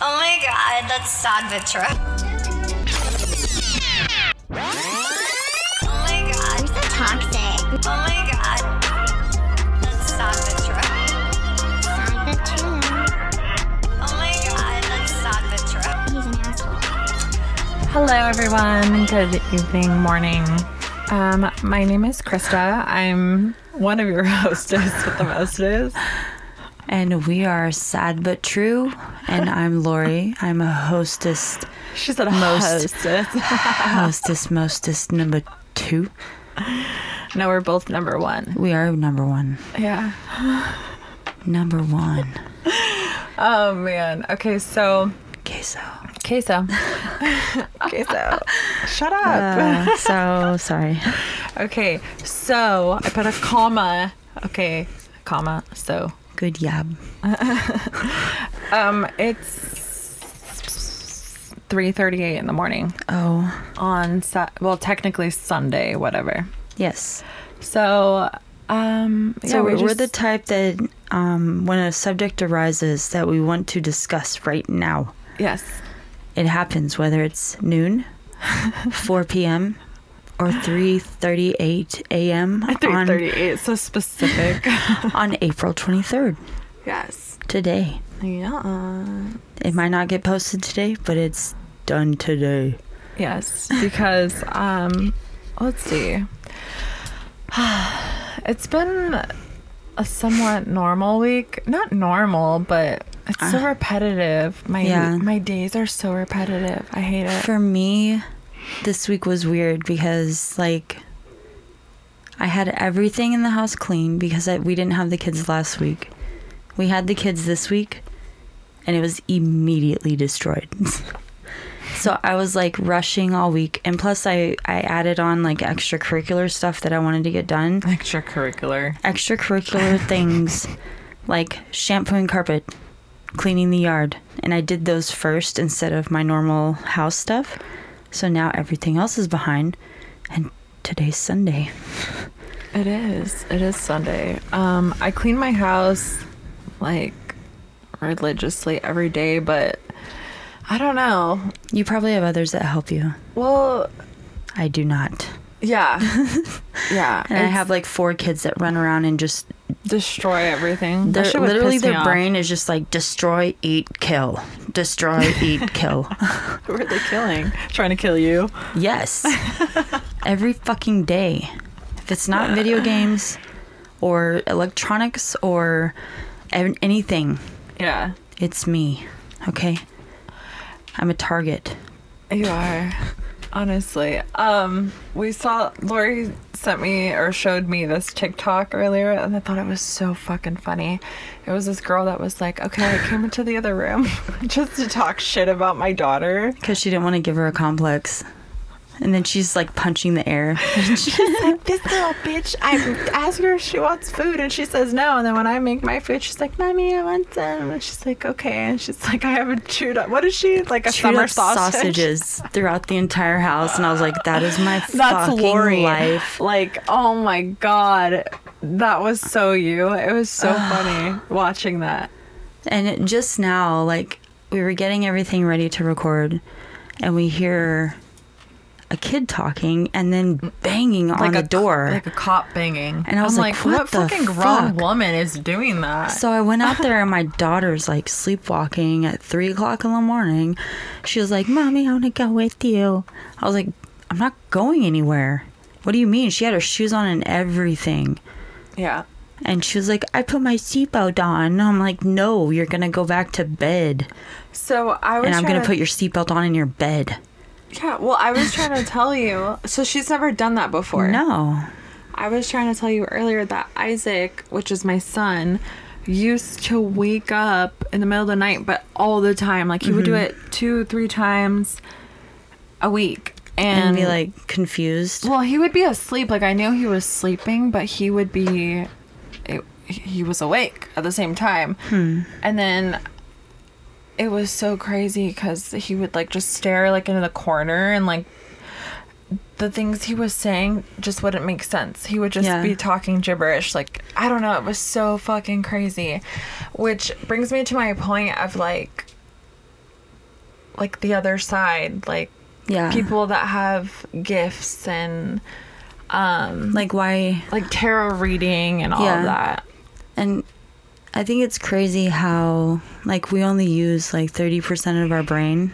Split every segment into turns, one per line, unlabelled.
Oh that's Sad Vitra. Oh my god.
I'm so toxic.
Oh my god. That's Sad Vitra.
Sad but true.
Oh my god, that's Sad Vitra.
He's an asshole.
Hello, everyone. Good evening, morning. Um, my name is Krista. I'm one of your hostess with the mostest.
And we are sad but true. And I'm Lori. I'm a hostess,
She said
Most.
hostess.
hostess, mostest number two.
no, we're both number one.
We are number one.
Yeah.
Number one.
Oh, man. Okay, so
Queso.
queso. queso. Shut up.
Uh, so sorry.
Okay, so I put a comma. Okay, comma. So
Good job.
um, it's 3.38 in the morning.
Oh,
on Sa- well technically sunday whatever
yes.
so um yeah,
So we're,
just-
we're the type that um, when a subject arises that we want to discuss right now,
yes
it happens whether it's noon, 4 p.m., or 3:38 a.m. on,
338 so specific
on April 23rd
yes
today.
yeah
It might not get posted today, but it's done today.
yes because um let's see it's been a somewhat normal week not normal but it's so repetitive my
Uh-huh. Yeah.
my days are so repetitive i hate it
For me, this week was weird because like I had everything in the house clean because I, we didn't have the kids last week. We had the kids this week and it was immediately destroyed. so I was like rushing all week and plus I I added on like extracurricular stuff that I wanted to get done.
extracurricular
extracurricular things like shampooing carpet, cleaning the yard, and I did those first instead of my normal house stuff. So now everything else is behind, and today's Sunday.
It is. It is Sunday. Um, I clean my house like religiously every day, but I don't know.
You probably have others that help you.
Well,
I do not.
yeah, yeah.
And I
it's
have like four kids that run around and just
destroy everything. That
they're
shit would
literally
piss me
their
off.
brain is just like destroy, eat, kill. Destroy, eat, kill.
Who are they killing? Trying to kill you.
Yes. Every fucking day. If it's not video games or electronics or an- anything,
Yeah,
it's me. Okay? I'm a target.
you are. Honestly, um, we saw Lori sent me or showed me this TikTok earlier, and I thought it was so fucking funny. It was this girl that was like, "Okay, I came into the other room just to talk shit about my daughter."
Because she didn't want to give her a complex. And then she's like punching the air.
like, this little bitch, I ask her if she wants food and she says no. And then when I make my food, she's like, Mommy, I want some. And she's like, Okay. And she's like, I haven't chewed up. What is she? Like a
Chewed
summer
up
sausage?
sausages throughout the entire house. And I was like, that is my
That's
fucking
Lori.
life.
Like, oh my God. That was so you. It was so funny watching that.
And it- just now, like, we were getting everything ready to record, and we hear a kid talking and then banging on
like
the door.
Like a cop banging.
And I was
I'm
like, what the
fucking grown
fuck?
woman is doing that?
so I went out there, and my daughter's like sleepwalking at three o'clock in the morning. She was like, Mommy, I want to go with you. I was like, I'm not going anywhere. What do you mean? She had her shoes on and everything.
yeah.
And she was like, I put my seatbelt on. And I'm like, No, you're going to go back to bed.
So I was
And I'm going
trying
to
to
put your seatbelt on in your bed.
Yeah, well, I was trying to tell you. So she's never done that before.
No.
I was trying to tell you earlier that Isaac, which is my son, used to wake up in the middle of the night, but all the time. Like he would do
Mm-hmm.
it two, three times a week, and,
and, be like confused.
well, he would be asleep. Like I knew he was sleeping, but he would be, it, he was awake at the same time.
Hmm.
And then it was so crazy because he would like just stare like into the corner and like the things he was saying just wouldn't make sense. He would just
Yeah.
be talking gibberish. Like I don't know. It was so fucking crazy, which brings me to my point of like like the other side, like
Yeah.
people that have gifts and um
like why
like tarot reading and all
Yeah.
of that.
and I think it's crazy how like we only use like 30% of our brain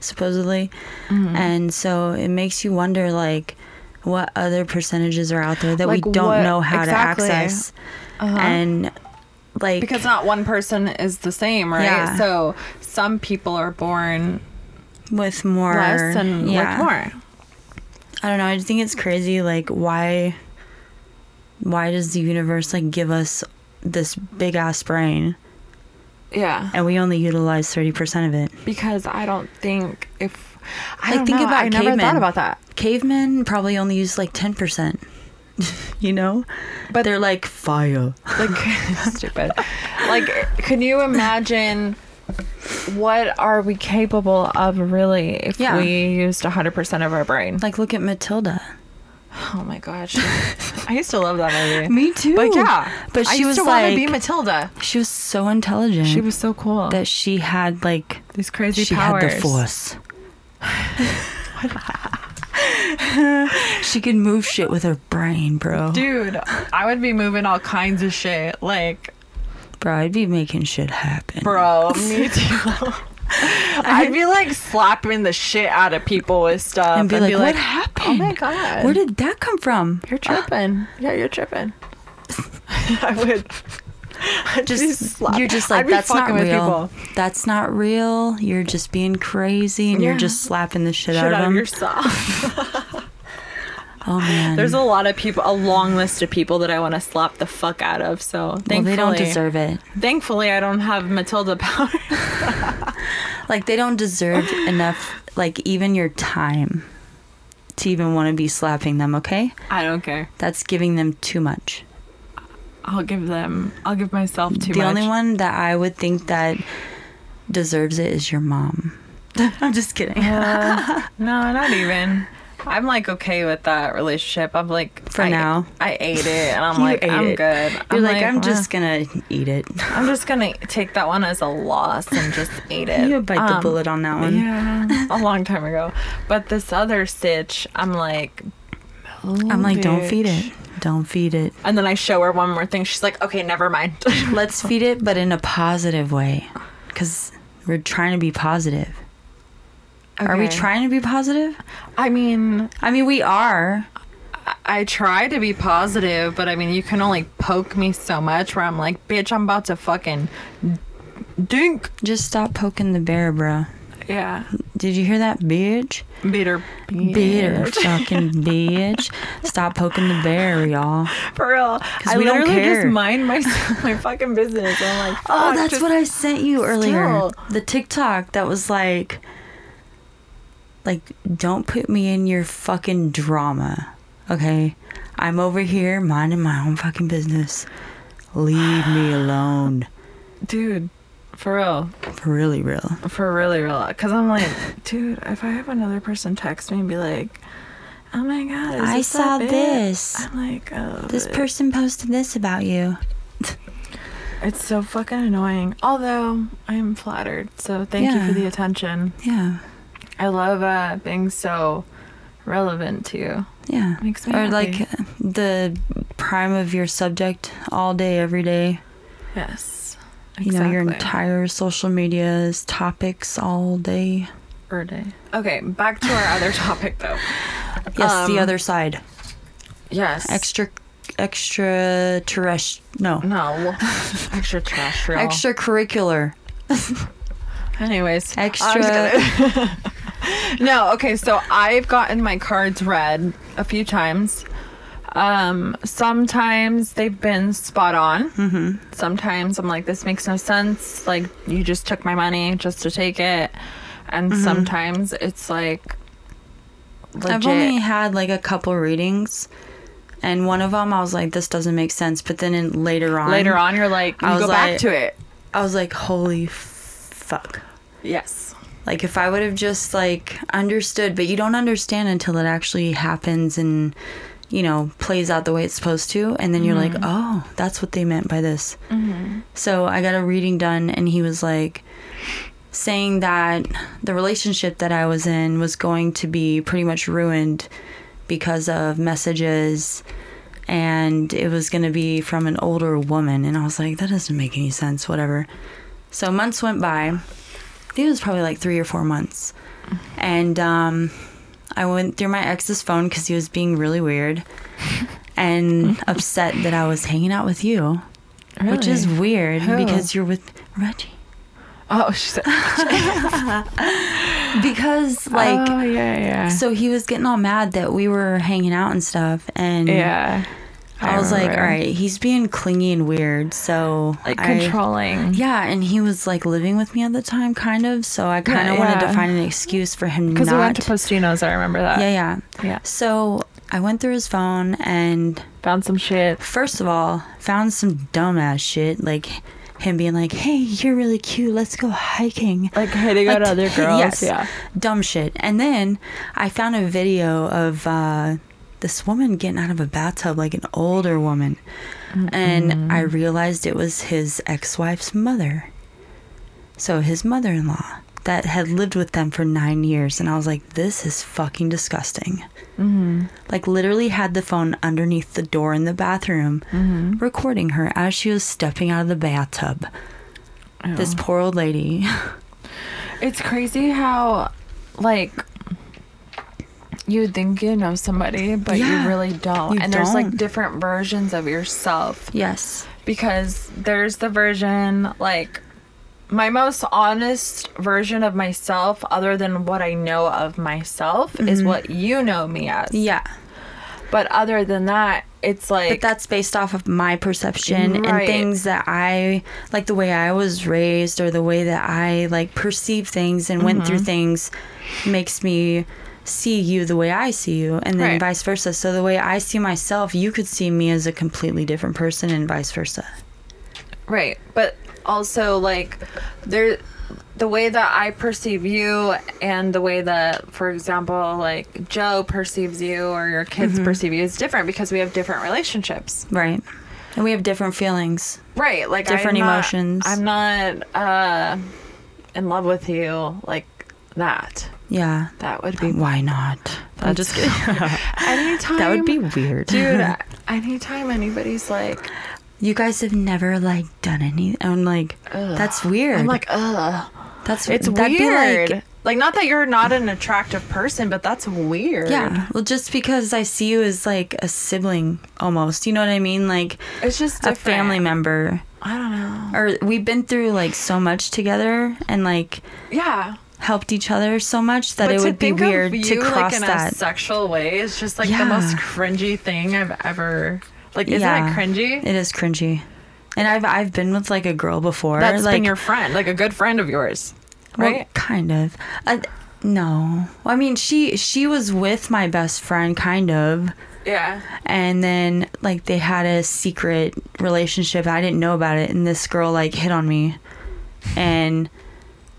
supposedly.
Mm-hmm.
And so it makes you wonder like what other percentages are out there that
Like,
we don't
what-
know how
exactly. Uh-huh.
to access. And like
Because not one person is the same, right?
Yeah.
So some people are born
with more
less and like
yeah.
more.
I don't know. I just think it's crazy. Like, why? Why does the universe like give us this big ass brain
Yeah.
and we only utilize thirty percent of it?
Because I don't think if I
Like,
don't
think
know,
about
I never
cavemen.
thought about that.
Cavemen probably only use like ten percent. you know,
But-
but they're like fire.
Like stupid. Like can you imagine what are we capable of really if
Yeah.
we used 100% of our brain?
Like, look at Matilda.
Oh my gosh. I used to love that movie.
Me too.
But yeah,
but
I
she
used
was
to
like,
want to be Matilda.
she was so intelligent.
She was so cool.
that she had like
These crazy
she
powers.
had the force. she could move shit with her brain, bro.
Dude, I would be moving all kinds of shit. Like,
Bro, I'd be making shit happen.
bro, me too. I'd be like slapping the shit out of people with stuff
And be like, what
Oh
happened?
my god,
Where did that come from?
you're tripping? yeah, you're tripping. I would. I'd
Just
be slap-
you're just like
I'd be
that's not
fucking with
real.
people.
That's not real. You're just being crazy and you're
Yeah.
just slapping the shit,
Shit
out of
out of
them.
yourself.
oh man,
There's a lot of people, a long list of people that I want to slap the fuck out of. So
well,
thankfully,
they don't deserve it.
Thankfully, I don't have Matilda power.
Like they don't deserve enough. Like even your time to even want to be slapping them. Okay,
I don't care.
that's giving them too much.
I'll give them. I'll give myself too
the
much.
only one that I would think that deserves it is your mom. I'm just kidding.
No, not even. I'm like okay with that relationship. I'm like
For
I-
now.
I ate it, and I'm
You
like
ate
I'm
it.
good.
You're like, I'm
"Well,
just gonna eat it.
I'm just gonna take that one as a loss and just eat it.
You bite the
Um,
bullet on that one.
Yeah, a long time ago. But this other stitch, I'm like,
I'm like, don't
bitch."
feed it. Don't feed it.
And then I show her one more thing. She's like, okay, never mind.
Let's feed it, but in a positive way, because we're trying to be positive. Are we
Okay.
trying to be positive?
I mean,
I mean, we are.
I try to be positive, but I mean, you can only poke me so much where I'm like, bitch, I'm about to fucking dink.
Just stop poking the bear, bro.
Yeah.
Did you hear that, bitch?
Bitter.
Bitter fucking bitch. Stop poking the bear, y'all.
For real. I
we don't
literally
care.
just mind my, my fucking business. I'm like,
Oh,
fuck,
that's
just-
what I sent you earlier.
Still.
The TikTok that was like, like, don't put me in your fucking drama, okay? I'm over here minding my own fucking business. Leave me alone,
Dude. For real.
for really real.
For really real. Because I'm like, dude, if I have another person text me and be like, oh my God. Is
I
this that
saw
bitch?"
this.
I'm like, oh.
This person posted this about you.
It's so fucking annoying. Although, I am flattered. So thank
Yeah.
you for the attention.
Yeah,
I love uh, being so relevant to you.
yeah.
Makes me
or
happy.
like the prime of your subject all day, every day.
Yes.
You know, your entire social media's topics all day.
day. Okay, back to our other topic though.
Yes, the
Um,
other side.
Yes.
extra extra terrest no
no, extraterrestrial.
extracurricular
Anyways, I'm just
Extra-
gonna- no, okay. So I've gotten my cards read a few times. Um, sometimes they've been spot on. Mm-hmm. Sometimes I'm like, this makes no sense. Like you just took my money just to take it. And sometimes it's like, legit.
Mm-hmm. i've only had like a couple readings and one of them i was like this doesn't make sense but then in, later on
later on you're like, you
I was
go
like-
back to it.
i was like holy f- fuck
Yes.
like if i would have just like understood but you don't understand until it actually happens and you know plays out the way it's supposed to and then you're like oh that's what they meant by this so i got a reading done and he was like saying that the relationship that I was in was going to be pretty much ruined because of messages and it was going to be from an older woman. And I was like, that doesn't make any sense, whatever. So months went by. I think it was probably like three or four months. And um, I went through my ex's phone because he was being really weird and upset that I was hanging out with you, which is weird
Who?
because you're with Reggie.
oh, she said,
Because, like,
oh, yeah, yeah,
so he was getting all mad that we were hanging out and stuff. And
yeah.
I was like, all
remember.
right, he's being clingy and weird. So,
like
I-
controlling.
Yeah, and he was like living with me at the time, kind of. So I kind of wanted
yeah.
to find an excuse for him
because
not.
we went to Postino's. I remember that.
yeah, yeah,
Yeah.
So I went through his phone and
Found some shit.
first of all found some dumbass shit like him being like, "Hey, you're really cute. Let's go hiking."
Like hitting
Like,
on other girls.
yes.
Yeah.
Dumb shit. And then I found a video of uh, this woman getting out of a bathtub, like an older woman, and I realized it was his ex-wife's mother. So his mother-in-law that had lived with them for nine years, and I was like, "This is fucking disgusting." Like literally had the phone underneath the door in the bathroom, recording her as she was stepping out of the bathtub. This poor old lady.
It's crazy how, like, you would think you know somebody, but
Yeah.
you really don't.
You
and there's like
don't.
different versions of yourself
yes.
because there's the version, like, my most honest version of myself, other than what I know of myself, is what you know me as.
Mm-hmm. Yeah.
But other than that, it's like
But that's based off of my perception
Right.
and things that I like the way I was raised or the way that I like perceive things and went through
Mm-hmm.
things makes me see you the way I see you and then
Right.
vice versa. So the way I see myself, you could see me as a completely different person and vice versa.
Right. But also like there the way that I perceive you and the way that for example like Joe perceives you or your kids
Mm-hmm.
perceive you is different because we have different relationships.
Right. And we have different feelings.
Right. Like
Different
I'm not-
emotions.
I'm not uh in love with you like that.
Yeah.
That would be
Why not? I'm just kidding.
anytime
that would be weird.
dude I- anytime anybody's like
You guys have never like done any I'm like that's weird.
I'm like ugh
that's
it's
that'd be
weird
like
like, not that you're not an attractive person but that's weird
Yeah. Well, just because I see you as like a sibling almost, you know what I mean? Like
It's just
a family
different.
member.
I don't know.
Or we've been through like so much together and like
Yeah,
helped each other so much that it would be weird to
like,
cross
in
that.
a sexual way is just like
Yeah.
the most cringy thing I've ever. Like, isn't
Yeah.
it cringy?
It is cringy. And I've I've been with like a girl before.
That's
like
been your friend, like a good friend of yours,
well,
right?
kind of. Uh, no. Well, I mean, she she was with my best friend kind of.
yeah.
and then like they had a secret relationship i didn't know about it and this girl like hit on me and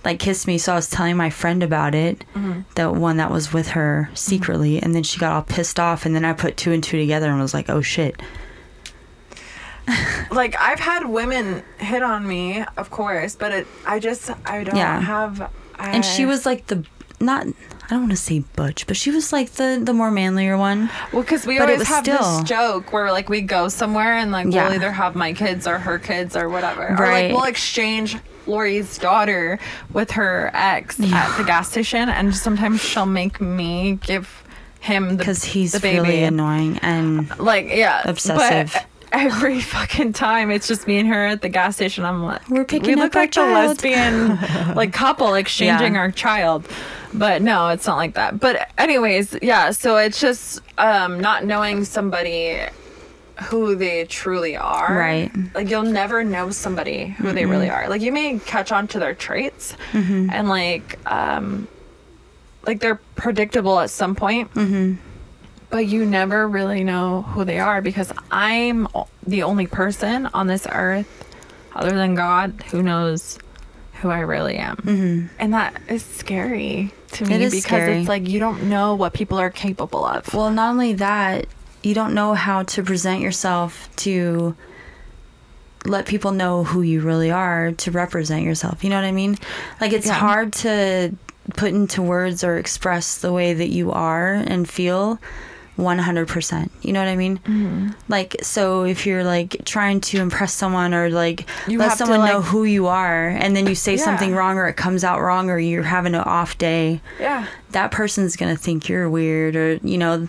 like kissed me so i was telling my friend about it
Mm-hmm.
the one that was with her secretly and then she got all pissed off and then i put two and two together and was like oh shit
Like I've had women hit on me, of course, but it. I just I don't
Yeah.
have. I,
and she was like the not i don't want to say butch but she was like the the more manlier one
well because we
but it
always
was
have
still-
this joke where like we go somewhere and like
Yeah.
we'll either have my kids or her kids or whatever or like
Right.
we'll exchange Lori's daughter with her ex at the gas station and sometimes she'll make me give him the
because he's
the baby
really annoying and
like yeah but
Obsessive.
Every fucking time, it's just me and her at the gas station. I'm like,
We're picking
we look
up our
like a
child.
lesbian like couple exchanging
Yeah.
our child, but no, it's not like that. But anyways, yeah. So it's just um, not knowing somebody who they truly are.
Right.
Like you'll never know somebody who they really are. Like you may catch on to their traits
Mm-hmm.
and like um like they're predictable at some point. Mm-hmm. But you never really know who they are because I'm o- the only person on this earth, other than God, who knows who I really am. Mm-hmm. And that is scary to me
is
because
scary.
it's like you don't know what people are capable of.
Well, not only that, you don't know how to present yourself to let people know who you really are to represent yourself. You know what I mean? Like it's
Yeah.
hard to put into words or express the way that you are and feel 100%. You know what I mean?
Mm-hmm.
Like so if you're like trying to impress someone or like
You
let
have to,
someone know
like-
who you are and then you say
Yeah.
something wrong or it comes out wrong or you're having an off day,
Yeah.
that person's going to think you're weird or you know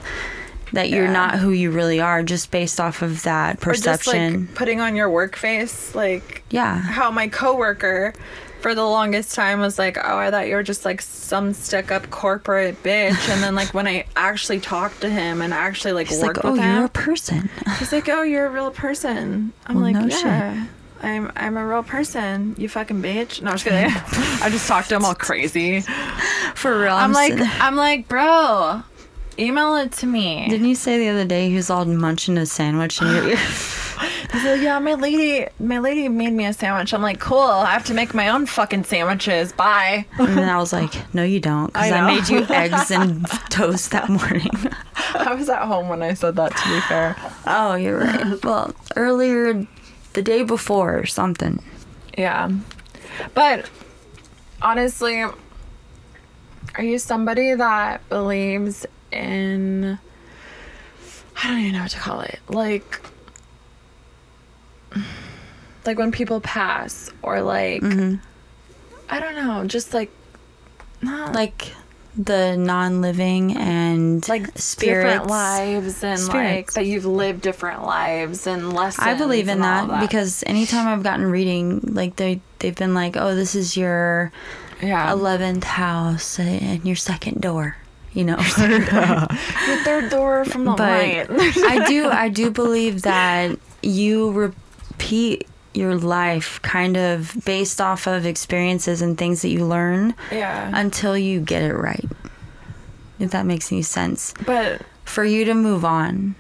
that you're
Yeah.
not who you really are just based off of that perception.
Or just like putting on your work face, like
Yeah.
how my coworker for the longest time was like, "Oh, I thought you were just like some stuck-up corporate bitch," and then like when I actually talked to him and actually like
He's
worked
like, oh,
with him,
you're a person.
he's like, "Oh, you're a real person." I'm
Well,
like,
no
"Yeah." I'm I'm a real person, you fucking bitch. No, I'm just kidding. I just talked to him all crazy.
For real.
I'm like,
sitting there-
I'm like, bro, email it to me.
Didn't you say the other day he was all munching a sandwich in your ear?
So yeah, my lady, my lady made me a sandwich. I'm like, cool. I have to make my own fucking sandwiches. Bye.
And then I was like, no, you don't. Because
I
I,
know.
made you eggs and toast that morning.
I was at home when I said that. To be fair,
oh, you're right. Well, earlier, the day before or something.
yeah. But honestly, are you somebody that believes in? I don't even know what to call it. Like, like when people pass, or like, I don't know, just like, not
Like the non living and
like
spirits.
different lives and like
Spirits.
that you've lived different lives and lessons.
I believe
and
in
all
that, because anytime I've gotten reading, like they, they've been like, oh, this is your
yeah,
11th house and your second door, you know?
the third door from the
but
right.
I do I do believe that you repeat your life kind of based off of experiences and things that you learn
yeah,
until you get it right. If that makes any sense.
but
For you to move on.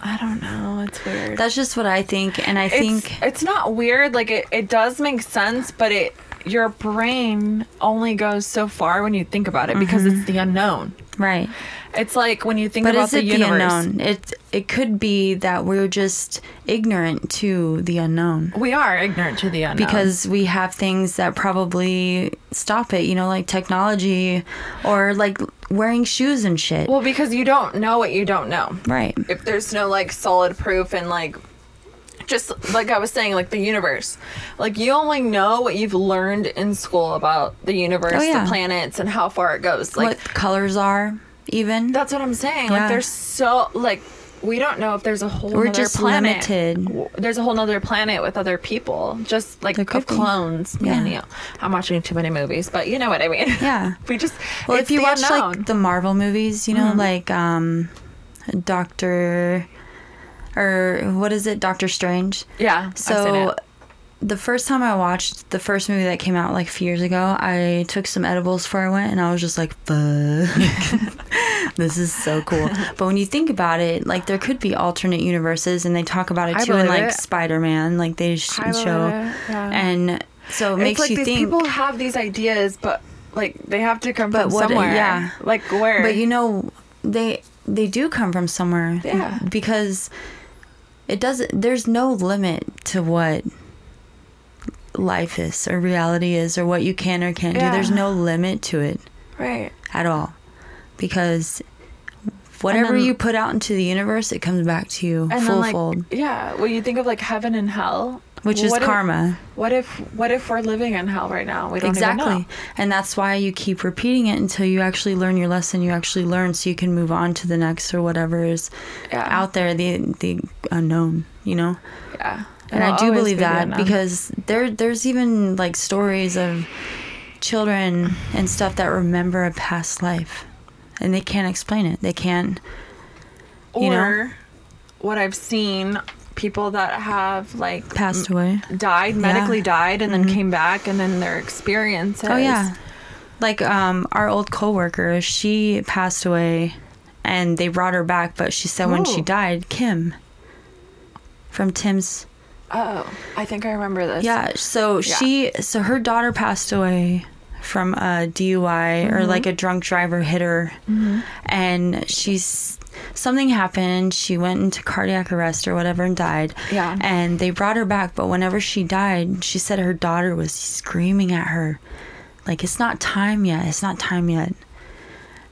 I don't know. It's weird.
That's just what I think and I
it's,
think
it's not weird. Like it, it does make sense, but it your brain only goes so far when you think about it because it's the unknown.
right.
It's like when you think
Mm-hmm. But
about
is it the,
universe.
unknown? It it could be that we're just ignorant to the unknown.
We are ignorant to the unknown
because we have things that probably stop it, you know, like technology or like wearing shoes and shit.
well, because you don't know what you don't know.
right.
if there's no like solid proof and like just like I was saying, like the universe, like you only know what you've learned in school about the universe,
Oh, yeah.
the planets, and how far it goes. Like
what colors are even?
that's what I'm saying.
Yeah.
Like there's so like we don't know if there's a whole
We're
nother
just
planet.
limited.
W- There's a whole nother planet with other people, just like
There
of
could be.
clones. Man,
Yeah.
you know, I'm watching too many movies, but you know what I mean.
Yeah.
we just
well,
it's
if you
the
watch
unknown. Mm-hmm.
like the Marvel movies, you know, like um Doctor or what is it? Doctor Strange.
yeah. I've seen
So
it.
the first time I watched the first movie that came out like a few years ago, I took some edibles before I went and I was just like, fuck. this is so cool. But when you think about it, like there could be alternate universes and they talk about it
I
too in
believe
like
it.
Spider Man, like they sh-
I believe
show.
it, yeah.
And so it makes
it's like
you
these
think.
people have these ideas, but like they have to come
But
from
what-
somewhere.
yeah.
like where?
But you know, they they do come from somewhere.
Yeah.
Because it doesn't. There's no limit to what life is or reality is or what you can or can't
Yeah.
do. There's no limit to it
right?
at all, because whatever
then-
you put out into the universe, it comes back to you
And
full
then like
fold,
yeah, well, you think of like heaven and hell,
which is
What if-
karma.
what if what if we're living in hell right now? We don't Even know.
Exactly. And that's why you keep repeating it until you actually learn your lesson, you actually learn so you can move on to the next or whatever is
Yeah.
out there, the the unknown, you know?
Yeah,
And
It'll
I do
always
believe
be the
that
unknown.
because there there's even like stories of children and stuff that remember a past life and they can't explain it. They can't
or
you know-
what I've seen, people that have like
passed away.
died medically died and then came back and then their experiences.
Oh yeah. Like um our old coworker, she passed away and they brought her back, but she said when she
Ooh.
died, Kim from Tim's
Oh, I think I remember this.
Yeah, so
Yeah.
she so her daughter passed away from
Mm-hmm.
a DUI or like a drunk driver hit her and she's something happened. She went into cardiac arrest or whatever and died.
Yeah.
And they brought her back, but whenever she died, she said her daughter was screaming at her, like, it's not time yet. It's not time yet.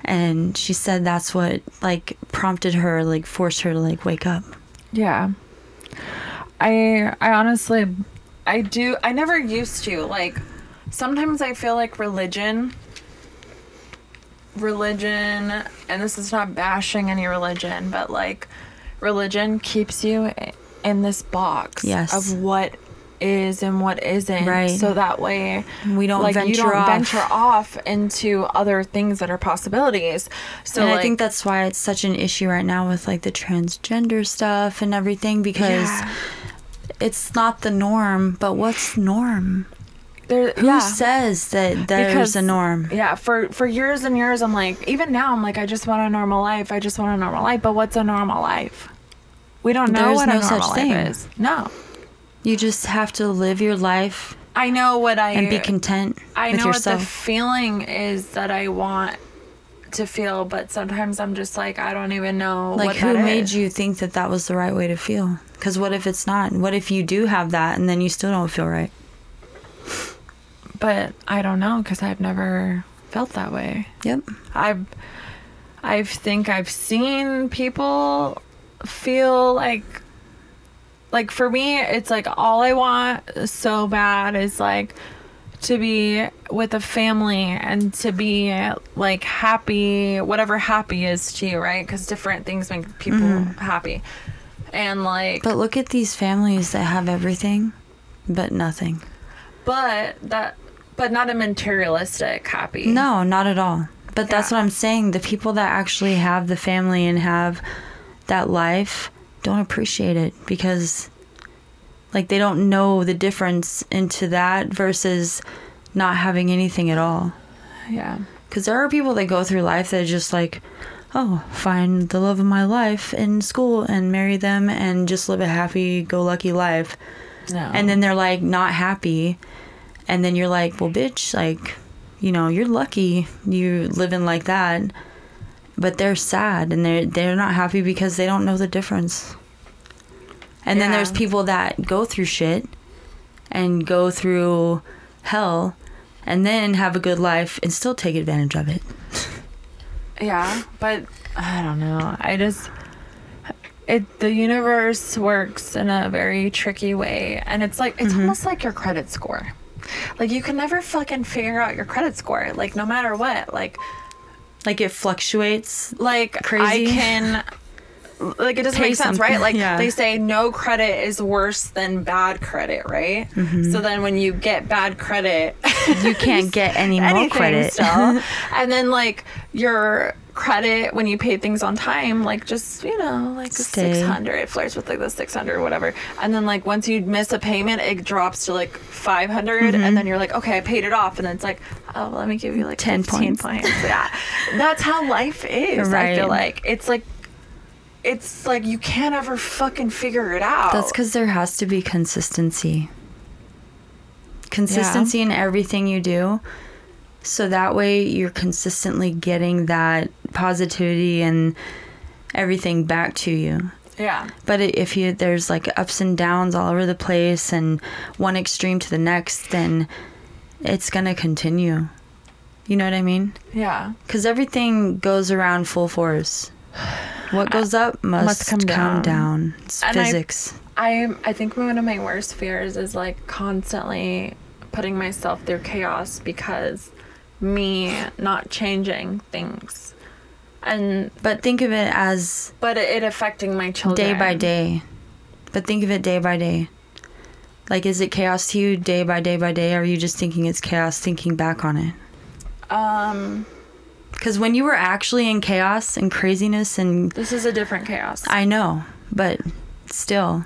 And she said that's what like prompted her, like forced her to like wake up.
Yeah. I I honestly I do I never used to like sometimes I feel like religion religion and this is not bashing any religion but like religion keeps you i- in this box
Yes.
of what is and what isn't
Right.
so that way
We don't
like you
venture
don't
off.
venture off into other things that are possibilities so
and
like,
I think that's why it's such an issue right now with like the transgender stuff and everything because
Yeah.
it's not the norm. But what's norm?
there,
Who
yeah.
says that there's a norm?
Yeah, for for years and years, I'm like, even now, I'm like, I just want a normal life. I just want a normal life. But what's a normal life? We don't know
There's
what a
no
normal
such
life
thing.
is. No,
You just have to live your life
I know what I
and be content
I
with
know what the
yourself.
feeling is that I want to feel, but sometimes I'm just like, I don't even know.
like
what
who
that
made
is.
you think that that was the right way to feel? Because what if it's not? What if you do have that and then you still don't feel right?
But I don't know because I've never felt that way.
Yep.
I've I think I've seen people feel like like for me it's like all I want so bad is like to be with a family and to be like happy whatever happy is to you right because different things make people happy and like
Mm-hmm. But look at these families that have everything, but nothing.
but that but not a materialistic happy
No, not at all. But that's
Yeah.
what I'm saying. The people that actually have the family and have that life don't appreciate it because, like, they don't know the difference into that versus not having anything at all.
yeah
Because there are people that go through life that are just like, oh, find the love of my life in school and marry them and just live a happy go lucky life
no
and then they're like not happy and then you're like well bitch like you know you're lucky you living like that but they're sad and they're they're not happy because they don't know the difference and then
Yeah.
there's people that go through shit and go through hell and then have a good life and still take advantage of it
Yeah, but I don't know. I just it the universe works in a very tricky way and it's like
Mm-hmm.
it's almost like your credit score. Like you can never fucking figure out your credit score like no matter what. Like
like it fluctuates
like
Crazy.
I can like it doesn't
Pay
make sense,
something,
right? Like
yeah.
they say no credit is worse than bad credit, right? So then when you get bad credit
Mm-hmm. you can't get any more
anything
credit
still. and then like your credit when you pay things on time, like just you know like
Stay.
six hundred. It flirts with like the six hundred whatever. And then like once you miss a payment, it drops to like five
Mm-hmm.
and then you're like, okay, I paid it off, and then it's like, oh, let me give you like
10
ten
points.
points. points. Yeah, that's how life is. I
Right.
feel like it's like. It's like you can't ever fucking figure it out.
That's because there has to be consistency. Consistency in everything you do. So that way you're consistently getting that positivity and everything back to you.
yeah,
But i- if you there's like ups and downs all over the place and one extreme to the next, then it's going to continue. You know what I mean?
yeah.
Because everything goes around full force. What goes up must, come,
come
down.
down.
It's
And I-
physics.
I I think one of my worst fears is like constantly putting myself through chaos because me not changing things and
but think of it as
but it, affecting my children
day by day. But think of it day by day. Like, is it chaos to you day by day by day? Or are you just thinking it's chaos, thinking back on it?
um
Because when you were actually in chaos and craziness, and
this is a different chaos
I know, but still,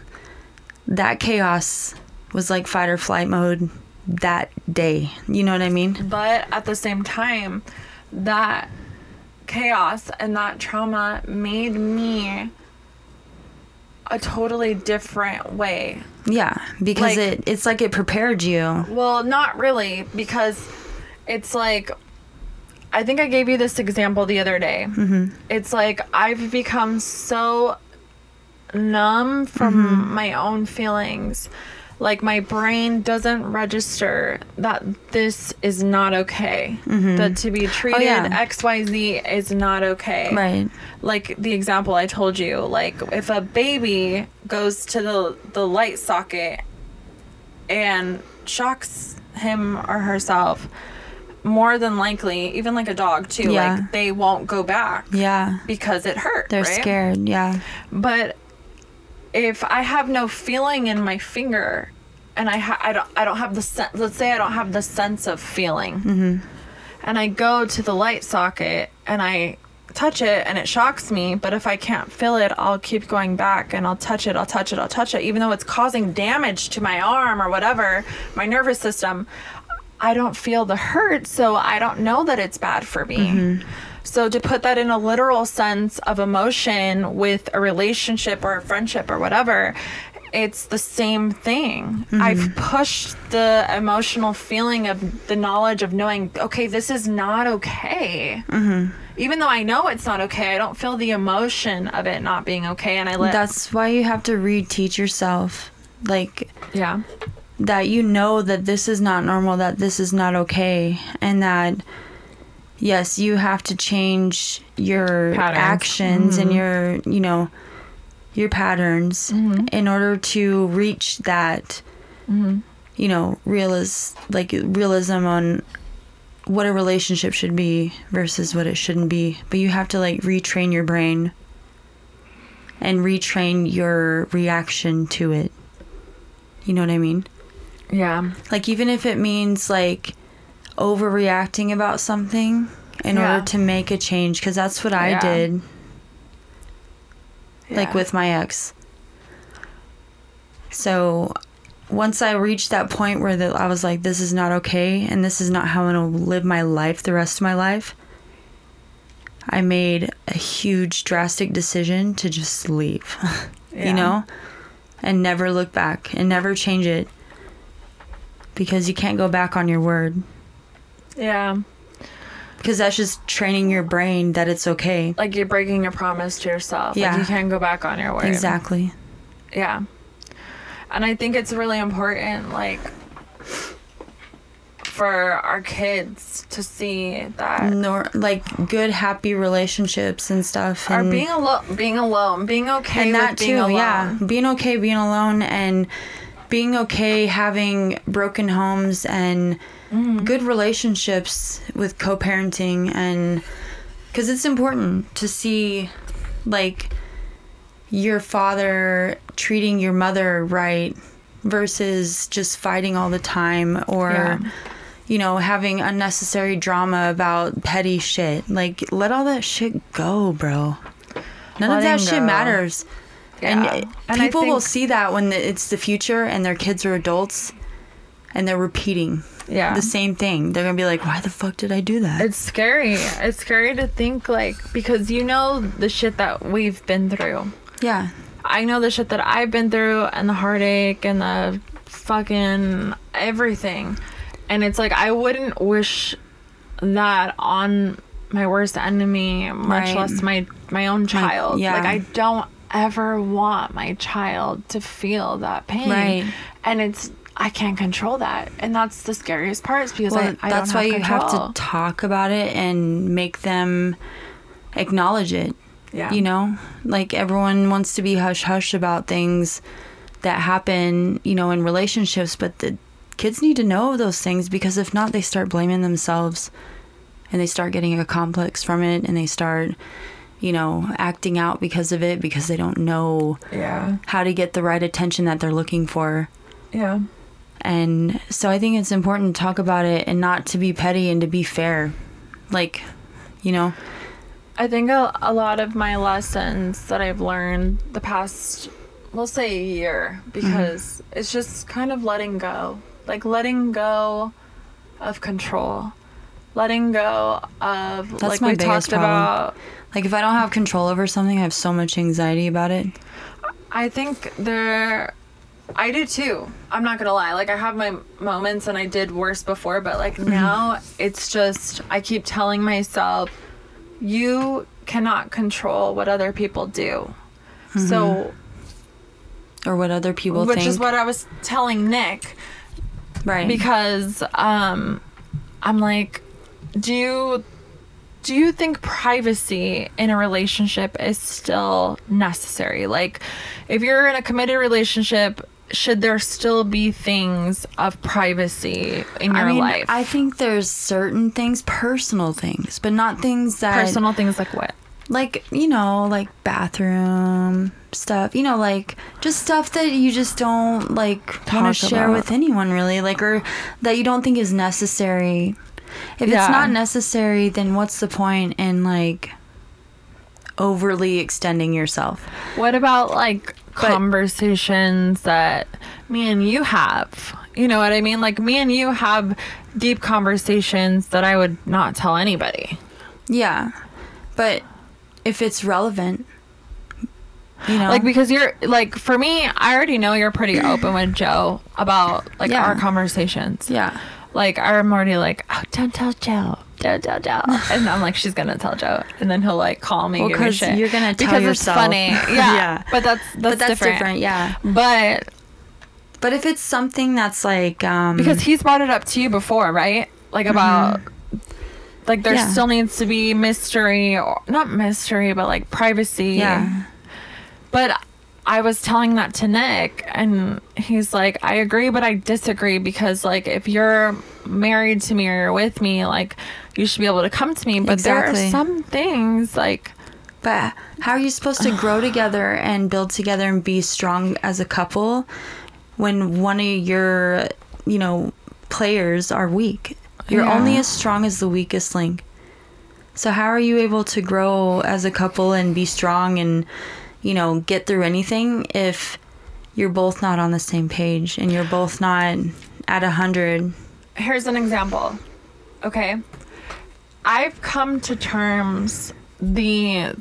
that chaos was like fight or flight mode that day. You know what I mean?
but at the same time that chaos and that trauma made me a totally different way
Yeah, because
Like-
it it's like it prepared you.
Well, not really, because it's like I think I gave you this example the other day. Mm-hmm. It's like I've become so numb from
Mm-hmm.
my own feelings. Like my brain doesn't register that this is not okay. That to be treated
Mm-hmm. Oh, yeah.
XYZ is not okay.
Right.
Like the example I told you, like if a baby goes to the the light socket and shocks him or herself, more than likely, even like a dog too,
Yeah.
like they won't go back
Yeah.
because it hurt.
They're
right?
scared. Yeah.
But if I have no feeling in my finger, and I ha- I don't I don't have the sen- let's say I don't have the sense of feeling, and I go to the light socket and I touch it and it shocks me but if i can't feel it i'll keep going back and i'll touch it i'll touch it i'll touch it even though it's causing damage to my arm or whatever my nervous system i don't feel the hurt so i don't know that it's bad for me so to put that in a literal sense of emotion with a relationship or a friendship or whatever it's the same thing.
Mm-hmm.
I've pushed the emotional feeling of the knowledge of knowing, okay, this is not okay.
Mm-hmm.
Even though I know it's not okay, I don't feel the emotion of it not being okay. And I let,
That's why you have to reteach yourself. Like,
yeah,
that you know that this is not normal, that this is not okay, and that yes, you have to change your
Patterns.
actions and your, you know, your patterns in order to reach that, you know, realis like realism on what a relationship should be versus what it shouldn't be. But you have to like retrain your brain and retrain your reaction to it. You know what I mean?
yeah,
Like even if it means like overreacting about something in
Yeah.
order to make a change cuz that's what I
Yeah.
did
Yeah.
like with my ex. So once I reached that point where that I was like this is not okay and this is not how I'm going to live my life the rest of my life. I made a huge drastic decision to just leave.
Yeah.
you know? And never look back and never change it because you can't go back on your word
yeah.
because that's just training your brain that it's okay.
Like you're breaking your promise to yourself.
Yeah.
Like you can't go back on your word.
Exactly.
Yeah. And I think it's really important, like, for our kids to see that
Nor like good happy relationships and stuff
or
and
being alone, being alone, being okay
Mm-hmm. and that
with being
too,
alone.
yeah. Being okay being alone and being okay having broken homes and
Mm.
good relationships with co-parenting and cuz it's important to see like your father treating your mother right versus just fighting all the time or
Yeah.
you know having unnecessary drama about petty shit like let all that shit go bro none of
Letting
that shit
go.
matters
Yeah.
and, uh,
And I
people will
think-
see that when the, it's the future and their kids are adults and they're repeating
Yeah.
the same thing they're gonna be like why the fuck did i do that
It's scary. It's scary to think, like, because you know the shit that we've been through.
yeah
I know the shit that I've been through and the heartache and the fucking everything. And it's like I wouldn't wish that on my worst enemy, much
Right.
less my my own child.
yeah.
Like I don't ever want my child to feel that pain.
Right.
And it's I can't control that. And that's the scariest part is because
well
I, I
that's
don't
why
have
you have
control.
to talk about it and make them acknowledge it
yeah.
you know like everyone wants to be hush hush about things that happen you know in relationships but the kids need to know those things because if not they start blaming themselves and they start getting a complex from it and they start you know acting out because of it because they don't know
Yeah.
how to get the right attention that they're looking for
Yeah.
and so i think it's important to talk about it and not to be petty and to be fair like you know
I think a, a lot of my lessons that I've learned the past, we'll say a year, because it's just kind of letting go. Like letting go of control. Letting go of, like
my
we talked
biggest problem.
about,
like if i don't have control over something i have so much anxiety about it
I think there I do too. I'm not gonna lie. Like I have my moments, and I did worse before, but like
Mm-hmm.
now it's just I keep telling myself, you cannot control what other people do.
Mm-hmm.
So,
or what other people
which
think.
is what I was telling Nick
right.
because um, I'm like, do you do you think privacy in a relationship is still necessary? Like, if you're in a committed relationship, should there still be things of privacy in your
I mean,
life?
I think there's certain things, personal things, but not things that
Personal things like what?
like you know like bathroom stuff you know like just stuff that you just don't like want to
Talk
share
about.
with anyone really like or that you don't think is necessary if
Yeah.
it's not necessary then what's the point in like overly extending yourself
What about like conversations that me and you have? You know what I mean? Like me and you have deep conversations that I would not tell anybody.
yeah but if it's relevant you know
Like because you're like for me, I already know you're pretty open with Joe about like
Yeah.
our conversations.
yeah
Like I'm already like, oh, don't tell Joe. Don't tell Joe. And I'm like, she's gonna tell Joe, and then he'll like call me.
Well,
give me
'cause
shit.
you're gonna tell
because
yourself.
It's funny. Yeah.
Yeah.
But that's that's,
but that's
different.
different. yeah
But
but if it's something that's like um
because he's brought it up to you before, right? Like about like there
Mm-hmm. Yeah.
still needs to be mystery or not mystery, but like privacy.
yeah
But I was telling that to Nick and he's like, I agree, but I disagree because like if you're married to me or you're with me, like you should be able to come to me. But there
Exactly.
are some things like
But how are you supposed to grow together and build together and be strong as a couple when one of your, you know, players are weak? You're
Yeah.
only as strong as the weakest link. So how are you able to grow as a couple and be strong and, you know, get through anything if you're both not on the same page and you're both not at a hundred?
here's an example. Okay. I've come to terms the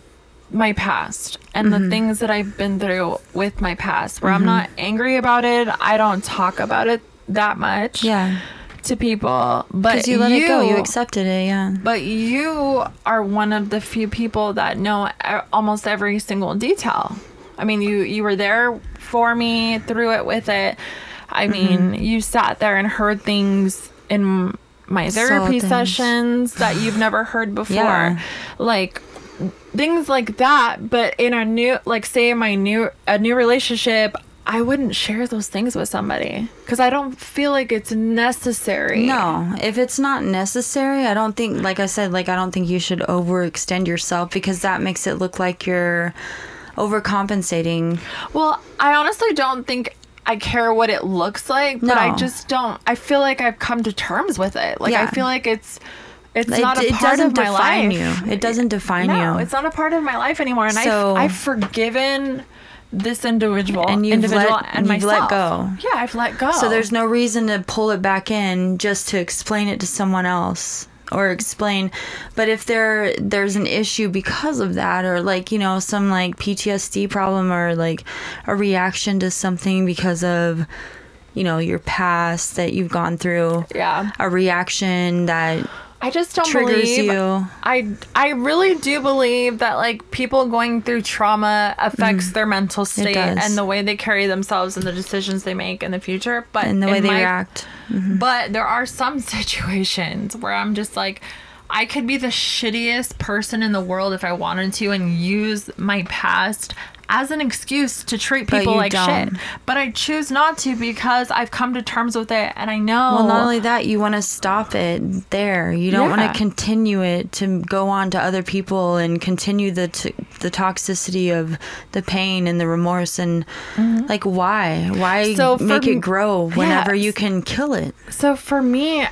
my past and
Mm-hmm.
the things that I've been through with my past where I'm not angry about it. I don't talk about it that much
Yeah,
to people. But
because you let it go. You accepted it. Yeah.
but you are one of the few people that know e- almost every single detail. I mean, you you were there for me through it with it. I mean,
Mm-hmm.
you sat there and heard things in my
Saw
therapy
things.
sessions that you've never heard before.
Yeah.
Like things like that, but in a new like say in my new a new relationship I wouldn't share those things with somebody because I don't feel like it's necessary.
No, if it's not necessary, I don't think, like I said, like I don't think you should overextend yourself because that makes it look like you're overcompensating.
Well, I honestly don't think I care what it looks like, but I
No.
just don't. I feel like I've come to terms with it. Like I
Yeah.
feel like it's it's
It-
not a
it
part of
doesn't
my
define
life.
you. It doesn't define
no,
you.
it's not a part of my life anymore, and
So-
I've, I've forgiven this individual
And you've
individual
let-
and
you've
myself.
let go.
Yeah, I've let go.
So there's no reason to pull it back in just to explain it to someone else or explain but if there there's an issue because of that or like you know some like PTSD problem or like a reaction to something because of you know your past that you've gone through
yeah.
a reaction that
I just don't
triggers
believe
you.
I I really do believe that like people going through trauma affects their mental state
Mm. does.
and the way they carry themselves and the decisions they make in the future. But
and the way
in
they
my-
react. Mm-hmm.
But there are some situations where I'm just like, I could be the shittiest person in the world if I wanted to and use my past as an excuse to treat
But
people
you
like
don't.
shit. But I choose not to because I've come to terms with it and I know
Well, not only that, you want to stop it there. You don't
Oh. Yeah.
want to continue it to go on to other people and continue the t- the toxicity of the pain and the remorse and like why why
Mm-hmm. So for
make
m-
it grow whenever
Yes.
you can kill it?
So for me,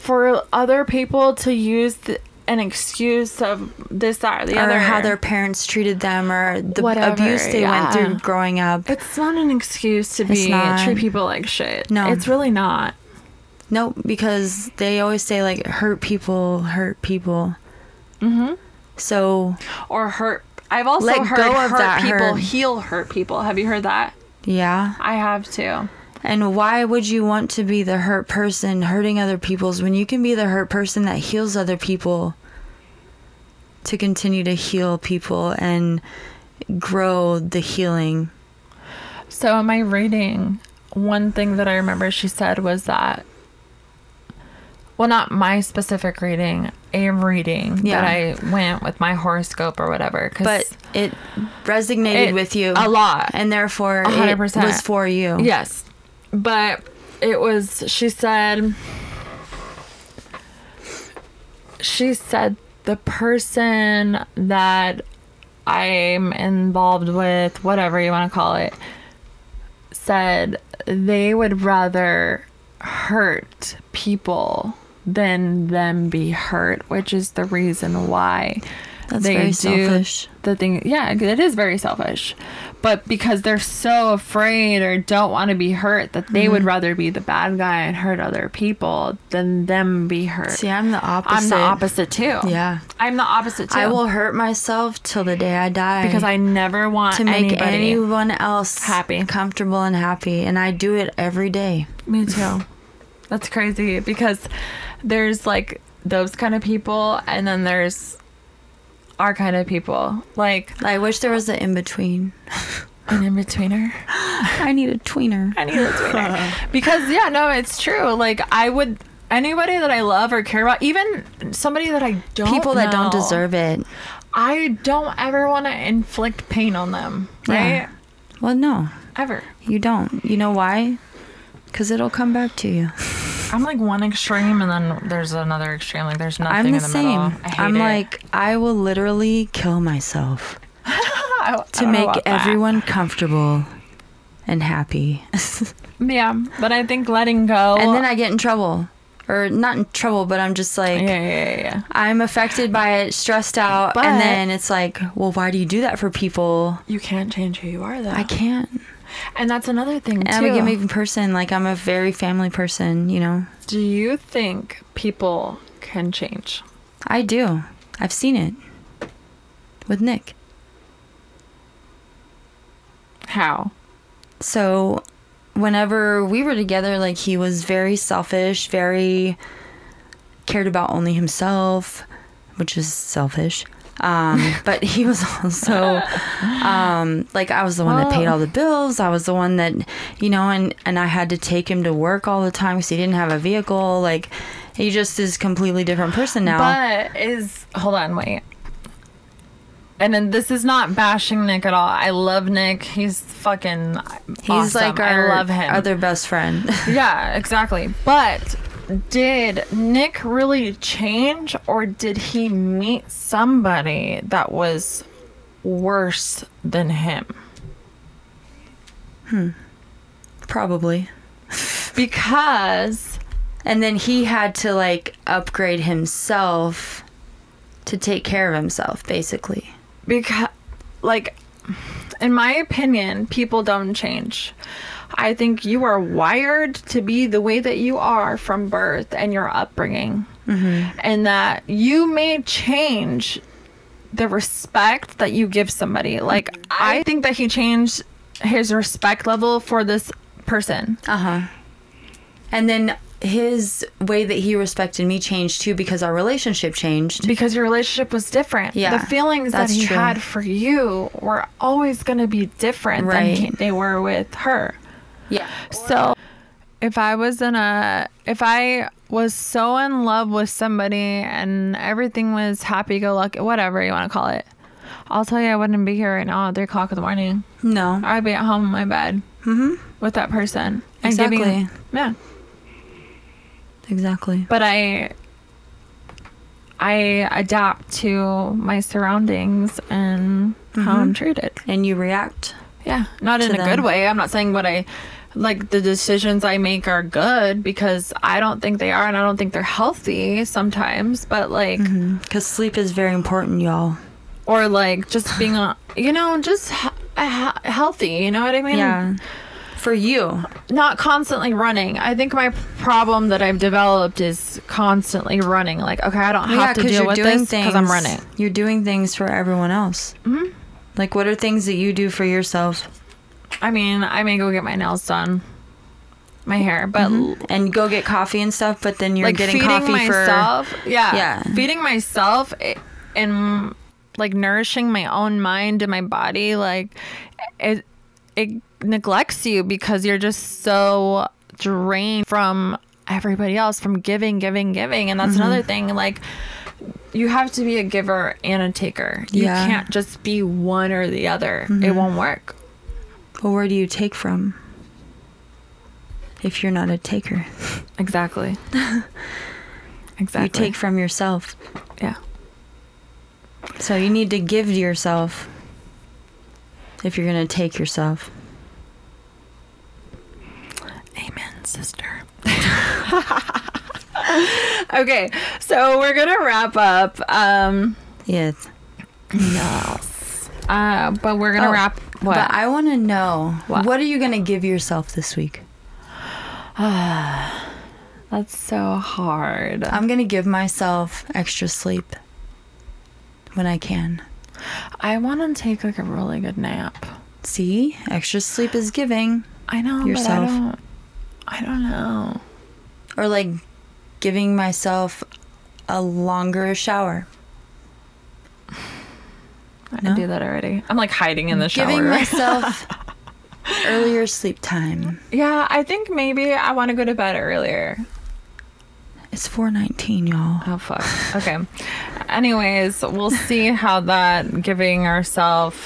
for other people to use th- an excuse of this, that, or the
Or
other,
how their parents treated them or the
Whatever,
abuse they went
yeah.
through growing up.
it's not an excuse to
It's
be
not.
treat people like shit.
No.
it's really not.
Nope, because they always say like hurt people hurt people. Mm-hmm. So
Or hurt. I've also
Let
heard
go of
hurt
that
people
hurt.
heal hurt people. Have you heard that?
Yeah.
I have to.
And why would you want to be the hurt person hurting other people's when you can be the hurt person that heals other people to continue to heal people and grow the healing?
So in my reading, one thing that I remember she said was that well not my specific reading, a reading
Yeah.
that I went with my horoscope or whatever cuz
But it resonated
It-
with you
a lot.
and therefore it
100%.
was for you.
Yes. But it was, she said, she said the person that I'm involved with, whatever you want to call it, said they would rather hurt people than them be hurt, which is the reason why
That's very selfish.
the thing yeah it is very selfish but because they're so afraid or don't want to be hurt that they
Mm-hmm.
would rather be the bad guy and hurt other people than them be hurt
See, I'm the opposite.
i'm the opposite too
Yeah.
i'm the opposite too
I will hurt myself till the day I die.
because i never want
to make
anybody.
anyone else
happy.
comfortable and happy and i do it every day
Me too. That's crazy because there's like those kind of people, and then there's our kind of people, like
i wish there was an in-between
an in betweener.
i need a tweener
I need a tweener because yeah, no, it's true. Like I would anybody that I love or care about, even somebody that I don't
people that don't
know,
deserve it
I don't ever want to inflict pain on them,
Yeah.
right?
well no
Ever.
you don't you know why because it'll come back to you
I'm like one extreme, and then there's another extreme. Like there's nothing
i'm
in
the
the
same
middle. I hate
i'm
it.
like i will literally kill myself
I- I
to
don't know
make
about that.
everyone comfortable and happy
Yeah, but I think letting go.
and then i get in trouble or not in trouble but i'm just like
yeah, yeah, yeah, yeah.
I'm affected by it, stressed out,
But-
and then it's like, well, why do you do that for people?
You can't change who you are though,
I can't.
and that's another thing
And I'm
too.
a giving person. Like I'm a very family person, you know.
Do you think people can change?
I do. I've seen it with Nick.
How?
So, whenever we were together, like he was very selfish, very cared about only himself, which is selfish. Um, but he was also um, like I was the one that paid all the bills. I was the one that you know, and and I had to take him to work all the time because he didn't have a vehicle. Like he just is a completely different person now.
But is hold on, wait. And then this is not bashing Nick at all. I love Nick. He's fucking.
He's
awesome.
like our
I love him.
other best friend.
yeah, exactly. But did Nick really change, or did he meet somebody that was worse than him?
Probably.
Because
And then he had to like upgrade himself to take care of himself, basically.
because like in my opinion people don't change i think you are wired to be the way that you are from birth and your upbringing
Mm-hmm.
and that you may change the respect that you give somebody like i think that he changed his respect level for this person
Uh huh. And then his way that he respected me changed too because our relationship changed.
because your relationship was different.
Yeah,
the feelings that
that's
he
true.
had for you were always going to be different than
Right.
he, they were with her.
Yeah.
So if I was in a if I was so in love with somebody and everything was happy go lucky whatever you want to call it. I'll tell you I wouldn't be here right now at three o'clock in the morning.
No.
I'd be at home in my bed with that person. And
Exactly.
yeah.
Exactly.
But I I adapt to my surroundings and how I'm treated.
And you react.
Yeah, not in
to
a good
them.
way. I'm not saying what I like the decisions I make are good because I don't think they are and I don't think they're healthy sometimes, but like
Mm-hmm. Because sleep is very important, y'all.
or like just being a, you know, just he- a- he- healthy, you know what I mean?
Yeah. For you.
Not constantly running. I think my problem that I've developed is constantly running. Like, okay, I don't have
yeah,
to
because
deal
you're
with
doing
this
things.
because I'm running.
You're doing things for everyone else. Mm-hmm. Like, what are things that you do for yourself?
I mean, I may go get my nails done, my hair, but
Mm-hmm. and go get coffee and stuff, but then you're
like
getting
feeding
coffee
myself, yeah,
Yeah.
feeding myself i- and like nourishing my own mind and my body, like it it neglects you because you're just so drained from everybody else from giving, giving, giving, and
Mm-hmm.
that's another thing, like. You have to be a giver and a taker. You
Yeah. Mm-hmm.
can't just be one or the other. It won't work.
for but where do you take from? If you're not a taker.
Exactly. exactly.
You take from yourself.
yeah.
So you need to give to yourself if you're gonna take yourself.
Amen, sister. okay, so we're gonna wrap up. Um,
Yes.
yes. Uh, but we're gonna
Oh,
wrap. What?
But I want to know
What?
what? are you gonna give yourself this week?
That's so hard.
I'm gonna give myself extra sleep when I can.
I want to take like a really good nap.
See, extra sleep is giving,
I know,
Yourself.
but I don't. I don't know.
or like giving myself a longer shower.
I
No?
do that already. I'm like hiding in the shower.
Giving myself earlier sleep time.
yeah, I think maybe I want to go to bed earlier.
It's 4:19, y'all.
Oh fuck. Okay. Anyways, we'll see how that giving ourselves.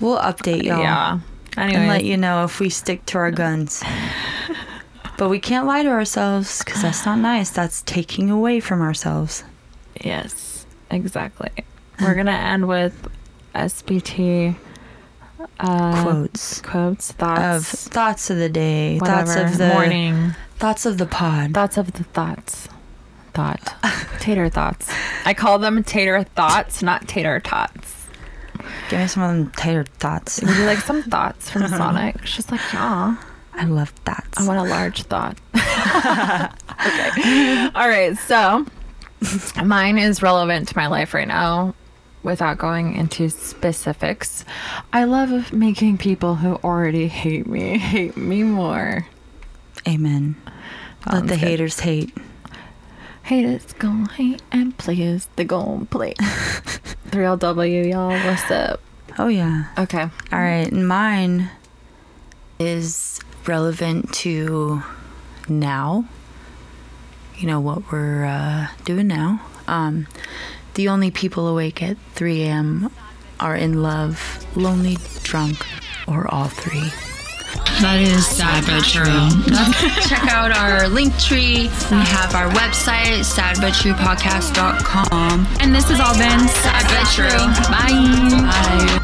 We'll update y'all.
Yeah. Anyways,
and let you know if we stick to our guns. but we can't lie to ourselves because that's not nice. That's taking away from ourselves.
yes, exactly. We're gonna end with SBT uh,
Quotes
quotes,
of
thoughts,
thoughts of the day,
whatever,
thoughts of the
morning,
thoughts of the pod.
thoughts of the thoughts, thought, tater thoughts. I call them tater thoughts, not tater tots.
Give me some of them tighter thoughts.
Would you like some thoughts from Sonic? She's like, yeah.
I love thoughts.
I want a large thought. okay. All right. So mine is relevant to my life right now without going into specifics. I love making people who already hate me hate me more.
Amen. Let
Sounds
the
good.
haters hate.
Haters gon' hate and players they gon' play. 3LW, y'all. What's up?
Oh yeah.
Okay.
All right. and Mine is relevant to now. You know what we're uh, doing now. Um, the only people awake at 3 a.m. are in love, lonely, drunk, or all three.
That is sadbuttrue. Check out our link tree. We have our website, sadbuttrupodcast.com. And this has all been Sad But True. Bye. Bye.